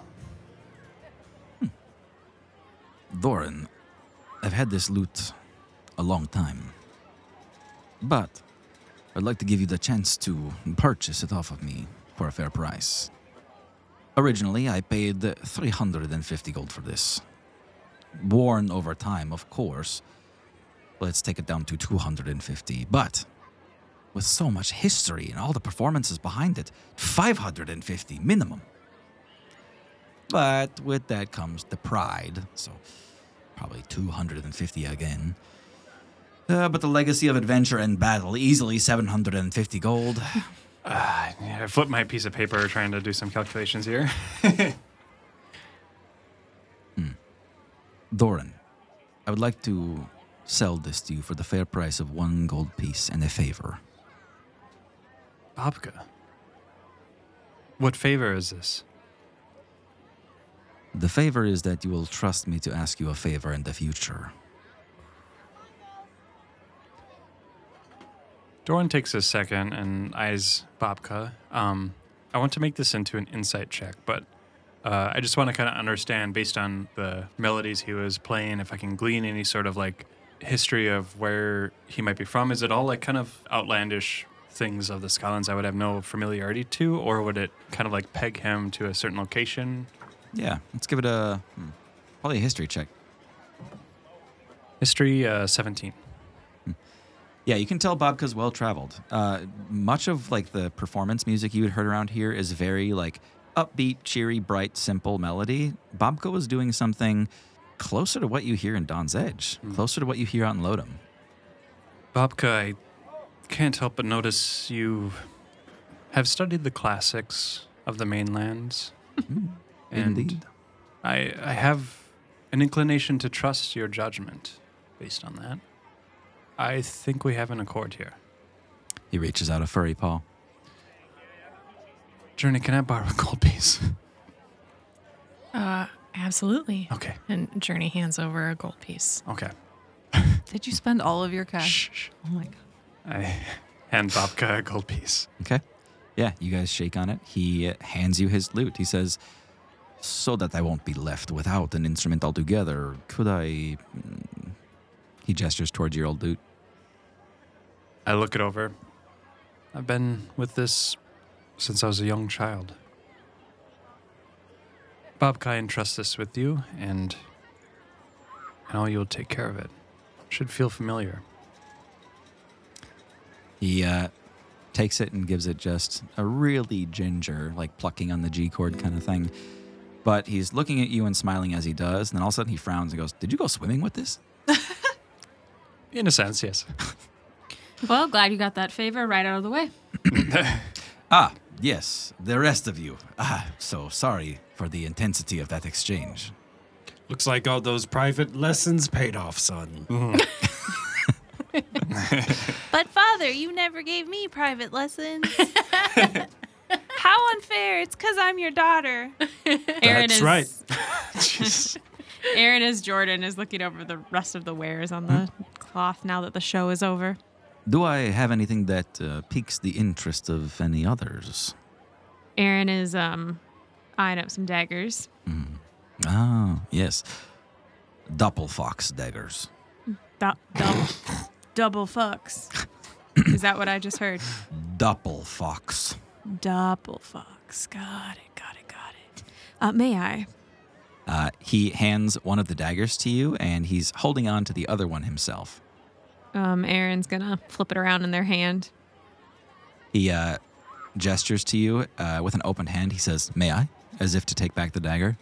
A: Doran, I've had this loot a long time. But I'd like to give you the chance to purchase it off of me for a fair price. Originally, I paid 350 gold for this. Worn over time, of course. Let's take it down to 250. But with so much history and all the performances behind it, 550 minimum. But with that comes the pride. So probably 250 again. Uh, but the legacy of adventure and battle, easily 750 gold.
E: Uh, yeah, I flipped my piece of paper trying to do some calculations here.
A: Doran, I would like to sell this to you for the fair price of one gold piece and a favor.
E: Bobka. What favor is this?
A: The favor is that you will trust me to ask you a favor in the future.
E: Doran takes a second and eyes Bobka. Um, I want to make this into an insight check, but uh, I just want to kind of understand based on the melodies he was playing if I can glean any sort of like history of where he might be from. Is it all like kind of outlandish things of the Scollins I would have no familiarity to, or would it kind of like peg him to a certain location?
A: Yeah, let's give it a hmm, probably a history check.
E: History uh, 17.
A: Yeah, you can tell Bobka's well traveled. Uh, much of like the performance music you had heard around here is very like upbeat, cheery, bright, simple melody. Bobka was doing something closer to what you hear in Don's Edge, closer to what you hear out in Lodom.
E: Bobka, I can't help but notice you have studied the classics of the mainlands. and
A: indeed.
E: I, I have an inclination to trust your judgment based on that. I think we have an accord here.
A: He reaches out a furry paw.
E: Journey, can I borrow a gold piece?
F: Uh, absolutely.
E: Okay.
F: And Journey hands over a gold piece.
E: Okay.
G: Did you spend all of your cash? Oh my god.
E: I hand Bobka a gold piece.
A: Okay. Yeah, you guys shake on it. He hands you his lute. He says, So that I won't be left without an instrument altogether, could I. mm," He gestures towards your old lute.
E: I look it over. I've been with this since I was a young child. Bob Kai entrusts this with you, and I know you'll take care of it. Should feel familiar.
A: He uh, takes it and gives it just a really ginger, like plucking on the G chord kind of thing. But he's looking at you and smiling as he does. And then all of a sudden he frowns and goes, Did you go swimming with this?
E: In a sense, yes.
D: Well, glad you got that favor right out of the way.
A: Ah, yes, the rest of you. Ah, so sorry for the intensity of that exchange.
B: Looks like all those private lessons paid off, son.
G: But father, you never gave me private lessons. How unfair. It's because I'm your daughter.
B: That's right.
D: Aaron as Jordan is looking over the rest of the wares on the
B: Hmm.
D: cloth now that the show is over.
A: Do I have anything that uh, piques the interest of any others?
D: Aaron is um eyeing up some daggers.
A: Ah, yes. Doppelfox daggers.
F: Dou- double, double fucks. Is that what I just heard?
A: Doppelfox.
F: Double fucks. Got it. Got it. Got it.
D: Uh, may I?
A: Uh, he hands one of the daggers to you, and he's holding on to the other one himself.
D: Um, Aaron's gonna flip it around in their hand.
A: He uh, gestures to you uh, with an open hand. He says, May I? As if to take back the dagger.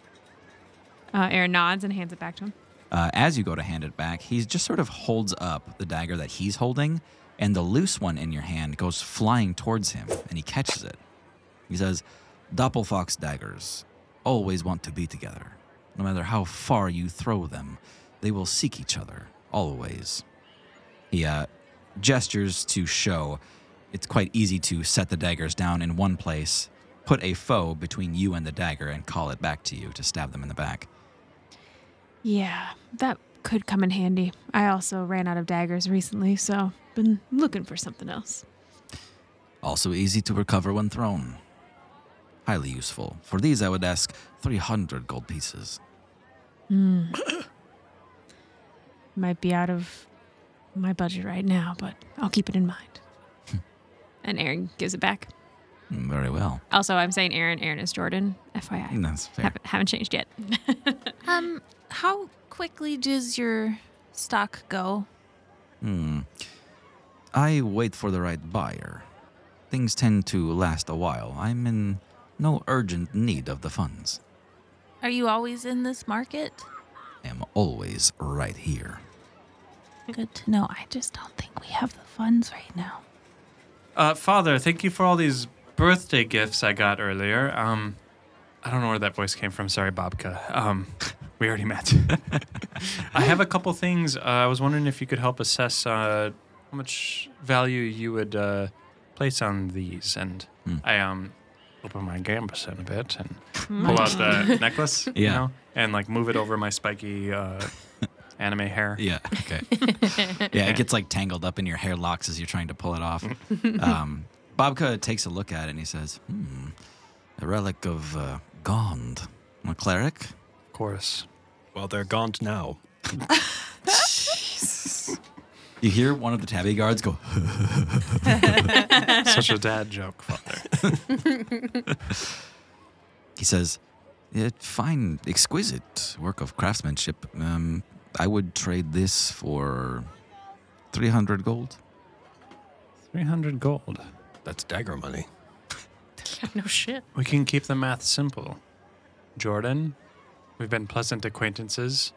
D: Uh, Aaron nods and hands it back to him.
A: Uh, as you go to hand it back, he just sort of holds up the dagger that he's holding, and the loose one in your hand goes flying towards him, and he catches it. He says, Doppelfox daggers always want to be together. No matter how far you throw them, they will seek each other, always. He uh, gestures to show it's quite easy to set the daggers down in one place, put a foe between you and the dagger, and call it back to you to stab them in the back.
D: Yeah, that could come in handy. I also ran out of daggers recently, so been looking for something else.
A: Also easy to recover when thrown. Highly useful. For these, I would ask 300 gold pieces.
D: Might be out of my budget right now, but I'll keep it in mind. and Aaron gives it back.
A: Mm, Very well.
D: Also, I'm saying Aaron. Aaron is Jordan. FYI,
A: Mm, That's fair.
D: haven't, haven't changed yet.
G: Um, how quickly does your stock go?
A: Hmm. I wait for the right buyer. Things tend to last a while. I'm in no urgent need of the funds.
G: Are you always in this market?
A: I am always right here.
G: Good to know. I just don't think we have the funds right now.
E: Uh, Father, thank you for all these birthday gifts I got earlier. Um, I don't know where that voice came from. Sorry, Bobka. Um, we already met. I have a couple things. Uh, I was wondering if you could help assess uh, how much value you would uh, place on these. And
A: Hmm.
E: I um, open my gambeson a bit and pull out the necklace, you
A: Yeah.
E: know, and like move it over my spiky uh, anime hair.
A: Yeah. Okay. yeah, it gets like tangled up in your hair locks as you're trying to pull it off. Um, Bobka takes a look at it and he says, "Hmm, a relic of uh, Gond, a cleric."
E: Of course.
B: Well, they're gone now.
A: You hear one of the tabby guards go,
E: Such a dad joke, Father.
A: He says, "Yeah, "Fine, exquisite work of craftsmanship. Um, I would trade this for three hundred gold."
E: 300 gold.
B: That's dagger money.
F: no shit.
E: We can keep the math simple. Jordan, we've been pleasant acquaintances.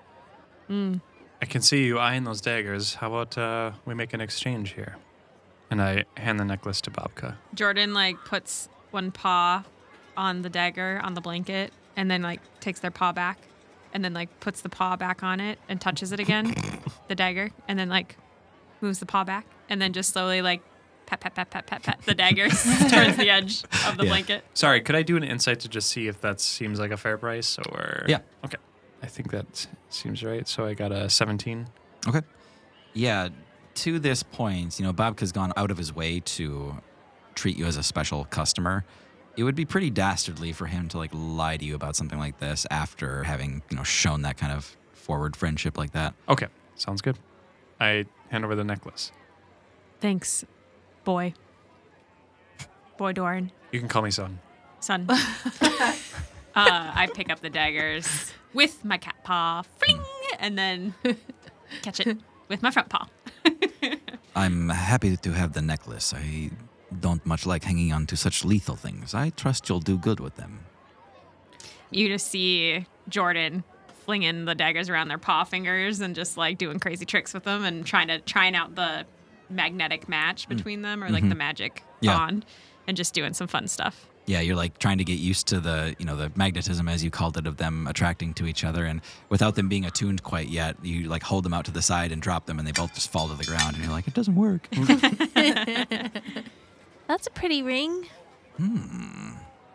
E: I can see you eyeing those daggers. How about uh, we make an exchange here? And I hand the necklace to Babka.
D: Jordan like puts one paw on the dagger on the blanket and then like takes their paw back and then like puts the paw back on it and touches it again, the dagger, and then like moves the paw back and then just slowly like
H: pat, pat, pat, pat, pat, pat the daggers towards the edge of the
A: Yeah.
H: blanket.
E: Sorry, could I do an insight to just see if that seems like a fair price or?
A: Yeah.
E: Okay. I think that seems right. So I got a 17.
A: Okay. Yeah, to this point, you know, Babka's gone out of his way to treat you as a special customer. It would be pretty dastardly for him to like lie to you about something like this after having, you know, shown that kind of forward friendship like that.
E: Okay. Sounds good. I hand over the necklace.
D: Thanks, boy. Boy Doran.
E: You can call me son.
D: Son.
H: Uh, I pick up the daggers with my cat paw, fling, and then catch it with my front paw.
A: I'm happy to have the necklace. I don't much like hanging on to such lethal things. I trust you'll do good with them.
H: You just see Jordan flinging the daggers around their paw fingers and just like doing crazy tricks with them and trying to trying out the magnetic match between them or like the magic
A: Yeah.
H: bond and just doing some fun stuff.
A: yeah you're like trying to get used to the you know the magnetism as you called it of them attracting to each other and without them being attuned quite yet you like hold them out to the side and drop them and they both just fall to the ground and you're like it doesn't work
C: That's a pretty ring.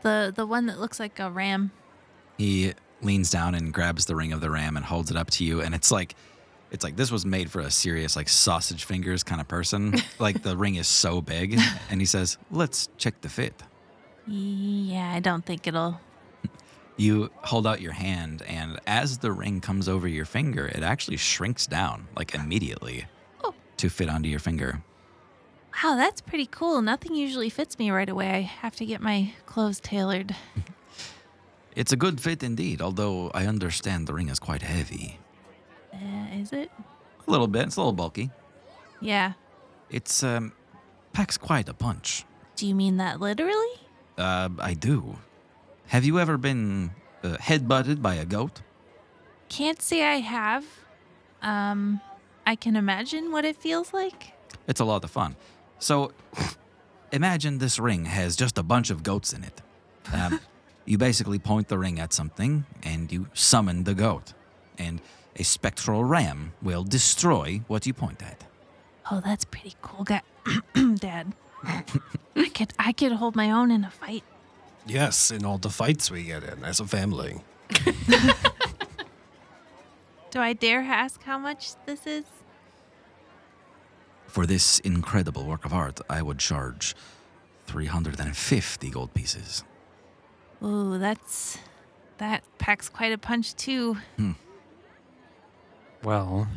G: The the one that looks like a ram.
A: he leans down and grabs the ring of the ram and holds it up to you and it's like it's like this was made for a serious like sausage fingers kind of person like the ring is so big and he says let's check the fit
G: Yeah, I don't think it'll.
A: you hold out your hand and as the ring comes over your finger it actually shrinks down like immediately to fit onto your finger
G: Wow, that's pretty cool. Nothing usually fits me right away. I have to get my clothes tailored.
A: It's a good fit indeed, although I understand the ring is quite heavy.
G: Uh, is it?
A: A little bit, it's a little bulky.
G: Yeah.
A: It's um packs quite a punch.
G: Do you mean that literally?
A: Uh I do. Have you ever been uh, headbutted by a goat?
G: Can't say I have. Um, I can imagine what it feels like.
A: It's a lot of fun. So imagine this ring has just a bunch of goats in it. Um, you basically point the ring at something and you summon the goat, and a spectral ram will destroy what you point at.
G: Oh, that's pretty cool, guy. Dad. I could I could hold my own in a fight.
B: Yes, in all the fights we get in as a family.
G: Do I dare ask how much this is?
A: For this incredible work of art, I would charge 350 gold pieces.
G: Ooh, that's that packs quite a punch too.
E: Well,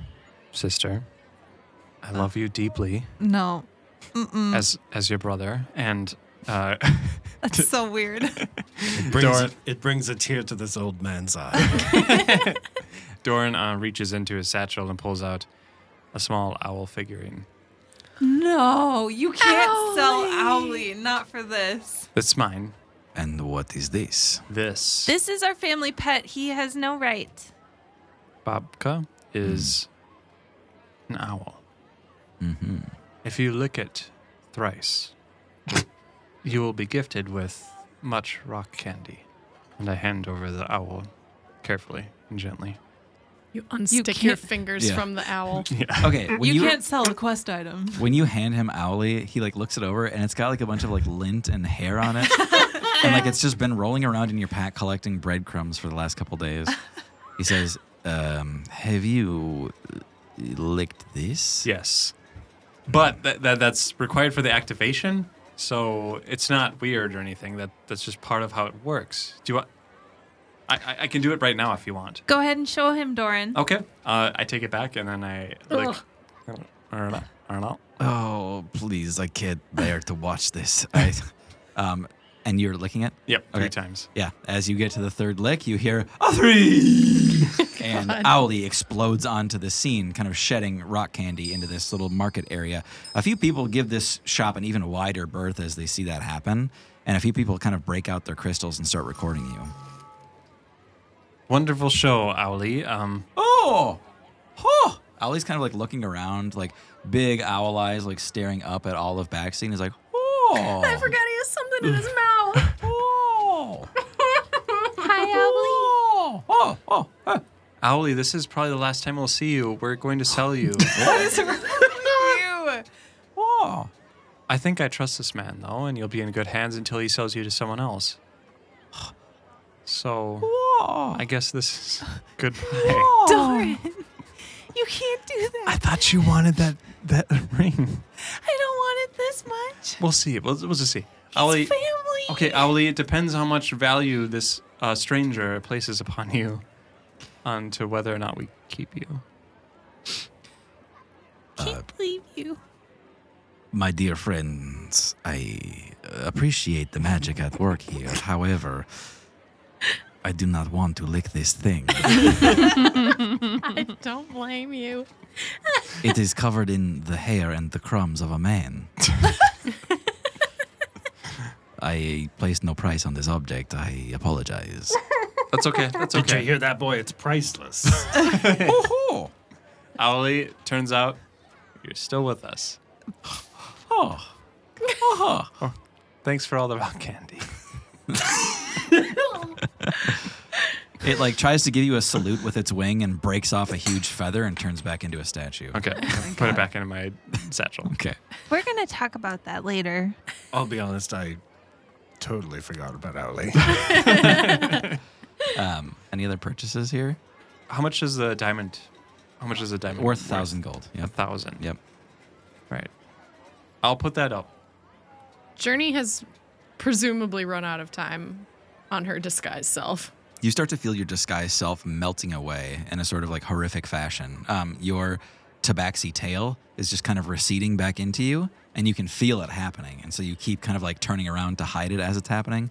E: sister, I love you deeply
G: Uh, No. Mm-mm.
E: as as your brother, and uh,
G: That's so weird.
B: It
E: Doran-
B: brings, it brings a tear to this old man's eye.
E: Doran uh, reaches into his satchel and pulls out a small owl figurine.
G: no, you can't
C: sell
G: Owly. Not for this.
E: That's mine.
A: And what is this?
E: This,
G: This is our family pet. He has no right.
E: babka is an owl.
A: hmm
E: If you lick it thrice, you will be gifted with much rock candy. And I hand over the owl carefully and gently.
F: You unstick your
G: can't-
F: fingers
A: Yeah.
F: from the owl.
E: Yeah.
A: Okay, when you,
G: sell a quest item.
A: when you hand him Owly, he like looks it over and it's got like a bunch of like lint and hair on it. and like it's just been rolling around in your pack collecting breadcrumbs for the last couple days. He says, um, have you uh, licked this?
E: Yes. But that, that that's required for the activation, so it's not weird or anything. That that's just part of how it works. Do you want? I, I, I can do it right now if you want.
G: Go ahead and show him, Doran.
E: Okay. Uh, I take it back and then I lick. I don't know. I don't know.
A: Oh, please, I can't bear to watch this. I, um, and you're licking it?
E: Yep. Three
A: Okay.
E: times.
A: Yeah, as you get to the third lick, you hear a three, and Owly explodes onto the scene, kind of shedding rock candy into this little market area. A few people give this shop an even wider berth as they see that happen, and a few people kind of break out their crystals and start recording you.
E: Wonderful show, Owly. Um,
A: Oh, huh. Owly's kind of like looking around, like big owl eyes, like staring up at all of Backseat. and He's like, oh, I forgot
F: he has something in his mouth.
A: Oh,
G: Hi, Owly.
A: oh, oh, oh.
E: Owly, this is probably the last time we'll see you. We're going to sell you.
G: What is wrong with you?
A: oh.
E: I think I trust this man, though, and you'll be in good hands until he sells you to someone else. So, I guess this is goodbye.
G: Doran, you can't do that.
E: I thought you wanted that that ring.
G: I don't want it this much.
E: We'll see. We'll, we'll just see. Ollie,
G: Family.
E: okay, Ollie, it depends how much value this uh, stranger places upon you on to whether or not we keep you.
G: can't believe you.
A: My dear friends, I uh, appreciate the magic at work here. However, I do not want to lick this thing.
F: I don't blame you.
A: it is covered in the hair and the crumbs of a man. I placed no price on this object. I apologize.
E: That's okay. That's
B: Did you
E: okay.
B: hear that, boy? It's priceless.
A: oh,
E: Ollie, turns out you're still with us.
A: oh,
F: Uh-huh.
A: oh.
E: Thanks for all the rock candy.
A: It like tries to give you a salute with its wing and breaks off a huge feather and turns back into a statue.
E: Okay, put it back into Oh my satchel.
A: Okay.
G: We're gonna talk about that later.
B: I'll be honest, I totally forgot about Owly.
A: Um, any other purchases here?
E: How much is the diamond? How much is the diamond?
A: Worth thousand gold.
E: A
A: Yep.
E: thousand.
A: Yep.
E: Right. I'll put that up.
F: Journey has presumably run out of time on her disguised self.
A: You start to feel your disguised self melting away in a sort of like horrific fashion. Um, your tabaxi tail is just kind of receding back into you, and you can feel it happening. And so you keep kind of like turning around to hide it as it's happening.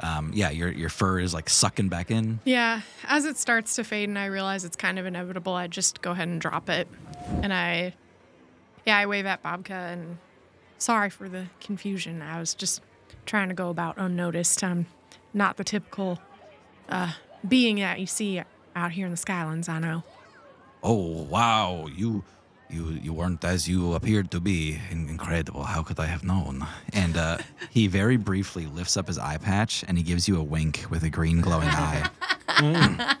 A: Um, yeah, your your fur is like sucking back in.
F: Yeah, as it starts to fade and I realize it's kind of inevitable, I just go ahead and drop it. And I, yeah, I wave at Bobka and sorry for the confusion. I was just trying to go about unnoticed. I'm not the typical uh, being that you see out here in the Skylands, I know.
A: Oh wow, you you you weren't as you appeared to be. In- incredible. How could I have known? And uh, he very briefly lifts up his eye patch and he gives you a wink with a green glowing eye.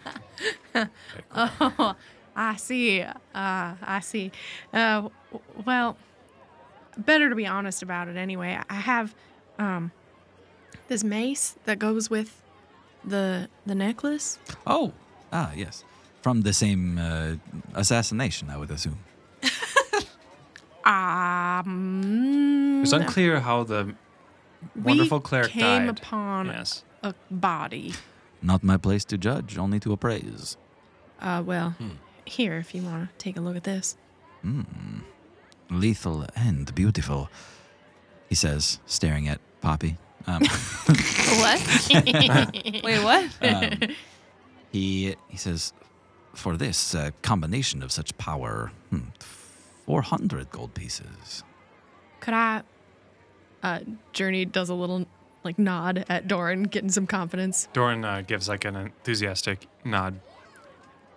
F: I see. Uh, I see. Uh, w- well, better to be honest about it anyway. I have um, this mace that goes with the the necklace.
A: Oh, ah, yes. From the same uh, assassination, I would assume.
F: Um,
E: It's unclear how the wonderful cleric
F: came
E: died.
F: upon
E: yes.
F: a body.
A: Not my place to judge, only to appraise. Hmm.
F: Uh, well, here if you want to take a look at this.
A: Hmm. Lethal and beautiful, he says, staring at Poppy. Um,
G: What? Wait, what?
A: um, he he says, for this uh, combination of such power, hmm, four hundred gold pieces.
F: Could I? Uh, Journey does a little like nod at Doran, getting some confidence.
E: Doran uh, gives like an enthusiastic nod.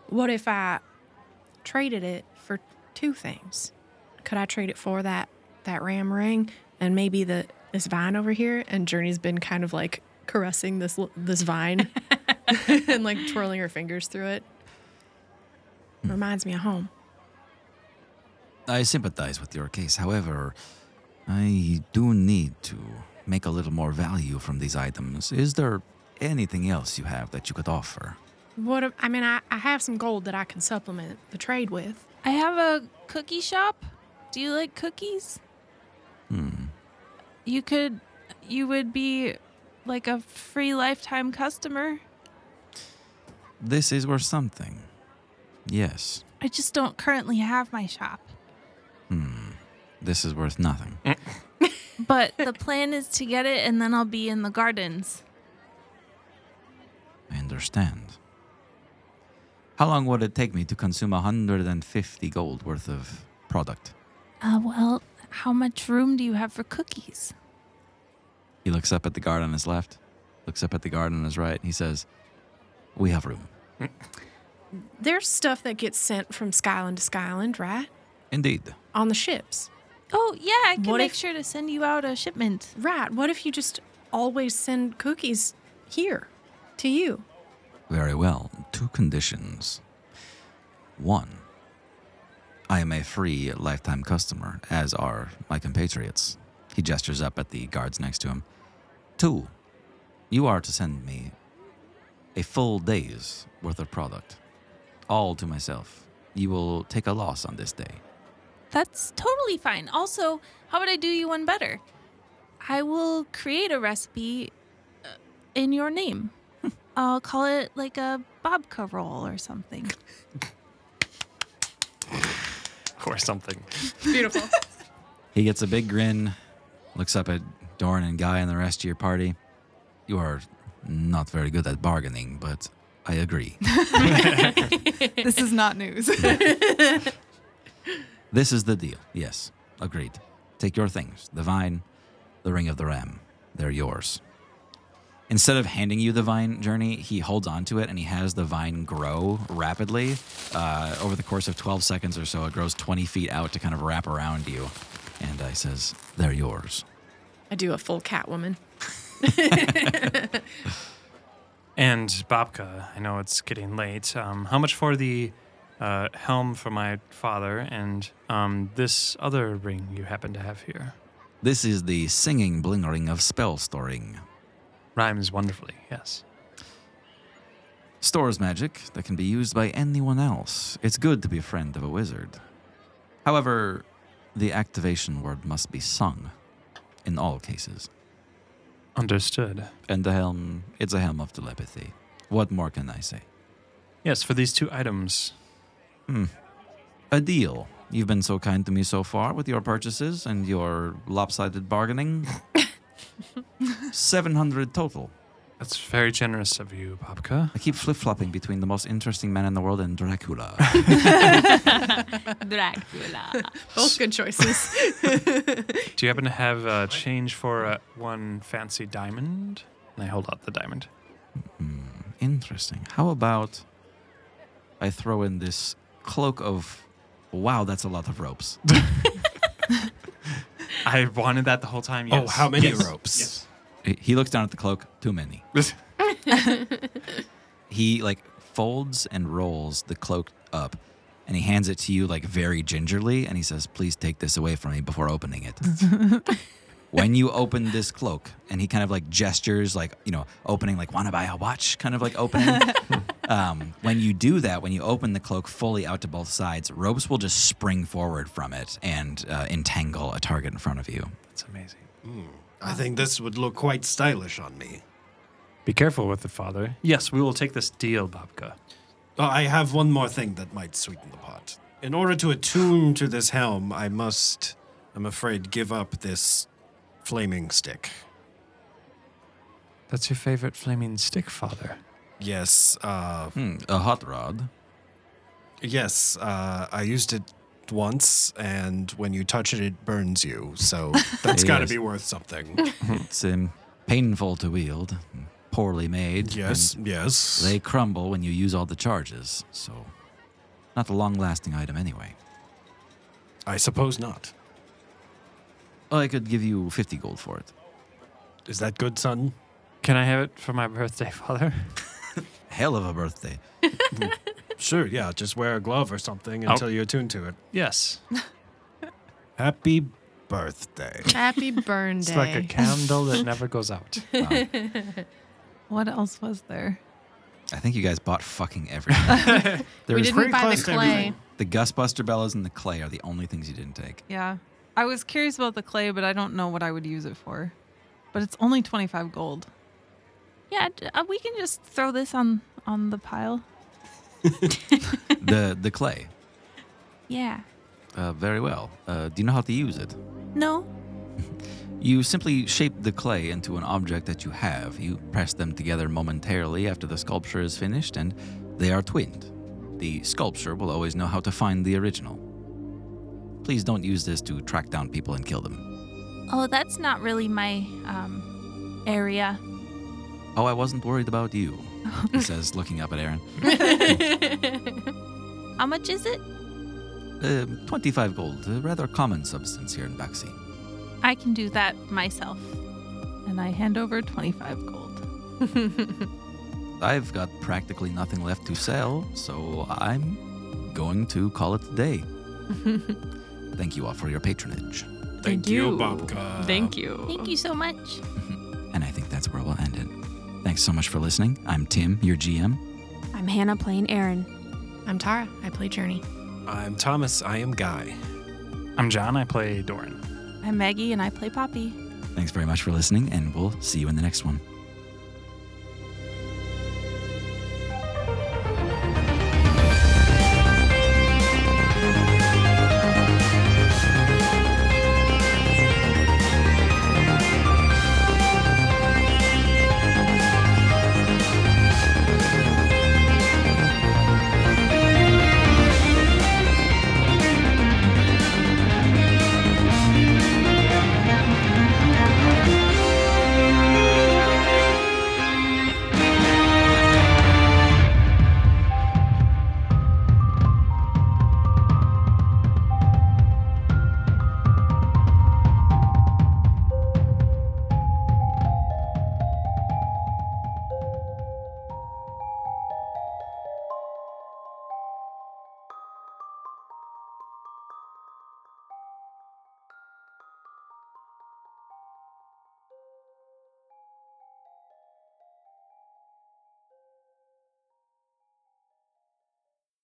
F: What if I traded it for two things? Could I trade it for that that ram ring and maybe the this vine over here? And Journey's been kind of like caressing this l- this vine and like twirling her fingers through it. Reminds me of home.
A: I sympathize with your case. However, I do need to make a little more value from these items. Is there anything else you have that you could offer?
F: What if- I mean, I, I have some gold that I can supplement the trade with.
G: I have a cookie shop. Do you like cookies?
A: Hmm.
G: You could, you would be like a free lifetime customer.
A: This is worth something. Yes.
G: I just don't currently have my shop.
A: Hmm. This is worth nothing.
G: But the plan is to get it and then I'll be in the gardens.
A: I understand. How long would it take me to consume 150 gold worth of product?
G: Uh, well, how much room do you have for cookies?
A: He looks up at the guard on his left, looks up at the guard on his right. He says, We have room.
F: There's stuff that gets sent from Skyland to Skyland, right?
A: Indeed.
F: On the ships.
G: Oh, yeah, I can
F: What
G: make
F: if-
G: sure to send you out a shipment.
F: Right. What if you just always send cookies here to you?
A: Very well. Two conditions. One, I am a free lifetime customer, as are my compatriots. He gestures up at the guards next to him. Two, you are to send me a full day's worth of product, all to myself. You will take a loss on this day.
C: That's totally fine. Also, how would I do you one better? I will create a recipe uh, in your name. I'll call it like a babka roll or something.
E: or something.
F: Beautiful.
A: He gets a big grin, looks up at Doran and Guy and the rest of your party. You are not very good at bargaining, but I agree.
I: This is not news.
A: This is the deal. Yes, agreed. Take your things the vine, the ring of the ram. They're yours. Instead of handing you the vine journey, he holds onto it and he has the vine grow rapidly. Uh, over the course of 12 seconds or so, it grows 20 feet out to kind of wrap around you. And I says, They're yours.
F: I do a full Catwoman.
E: And Babka, I know it's getting late. Um, how much for the uh, helm for my father and um, this other ring you happen to have here?
A: This is the singing bling ring of spell storing.
E: Rhymes wonderfully, yes.
A: Stores magic that can be used by anyone else. It's good to be a friend of a wizard. However, the activation word must be sung in all cases.
E: Understood.
A: And the helm, it's a helm of telepathy. What more can I say?
E: Yes, for these two items.
A: A deal. You've been so kind to me so far with your purchases and your lopsided bargaining. 700 total.
E: That's very generous of you, Babka.
A: I keep flip flopping between the most interesting man in the world and Dracula.
H: Dracula.
F: Both good choices.
E: Do you happen to have uh, change for uh, one fancy diamond? And I hold out the diamond.
A: Interesting. How about I throw in this cloak of. Wow, that's a lot of ropes.
E: I wanted that the whole time. Yes.
B: Oh, how many
E: Yes.
B: ropes?
E: Yes.
A: He- He looks down at the cloak. Too many. he like folds and rolls the cloak up and he hands it to you like very gingerly and he says please take this away from me before opening it when you open this cloak and he kind of like gestures like you know opening like wanna buy a watch kind of like opening um, when you do that when you open the cloak fully out to both sides ropes will just spring forward from it and uh, entangle a target in front of you
E: That's amazing.
B: I think this would look quite stylish on me.
E: Be careful with the father. Yes, we will take this deal, Babka.
B: Oh, I have one more thing that might sweeten the pot. In order to attune to this helm, I must, I'm afraid, give up this flaming stick.
E: That's your favorite flaming stick, father.
B: Yes, uh,
A: hmm, a hot rod
B: yes, uh, I used it once, and when you touch it, it burns you. So that's got to
A: Yes.
B: be worth something.
A: it's um, painful to wield poorly made
B: yes,
A: and
B: yes.
A: They crumble when you use all the charges, so not a long lasting item anyway.
B: I suppose not.
A: I could give you 50 gold for it.
B: Is that good, son?
E: Can I have it for my birthday, father?
A: Hell of a birthday.
B: Sure, yeah. Just wear a glove or something until you attune to it.
E: Yes.
B: Happy birthday.
F: Happy burn day.
E: It's like a candle that never goes out.
A: Wow.
G: What else was there?
A: I think you guys bought fucking everything. there
F: we
A: was
F: didn't buy the
B: close to
F: clay.
B: everything.
A: the Gustbuster Bellas and the clay are the only things you didn't take.
G: Yeah. I was curious about the clay, but I don't know what I would use it for. But it's only 25 gold.
C: Yeah, d- uh, we can just throw this on on the pile.
A: the the clay.
C: Yeah.
A: Uh, very well. Uh, do you know how to use it?
C: No.
A: You simply shape the clay into an object that you have. You press them together momentarily after the sculpture is finished, and they are twinned. The sculpture will always know how to find the original. Please don't use this to track down people and kill them.
C: Oh, that's not really my um area.
A: Oh, I wasn't worried about you, he says, looking up at Aaron.
C: How much is it?
A: Uh, 25 gold, a rather common substance here in Baxi.
C: I can do that myself.
G: And I hand over 25 gold.
A: I've got practically nothing left to sell, so I'm going to call it a day. Thank you all for your patronage.
B: Thank you, Bobka.
H: Thank you.
C: Thank you so much.
A: And I think that's where we'll end it. Thanks so much for listening. I'm Tim, your GM.
D: I'm Hannah playing Aaron.
F: I'm Tara. I play Journey.
B: I'm Thomas. I am Guy.
E: I'm John. I play Doran.
G: I'm Maggie and I play Poppy.
A: Thanks very much for listening, and we'll see you in the next one.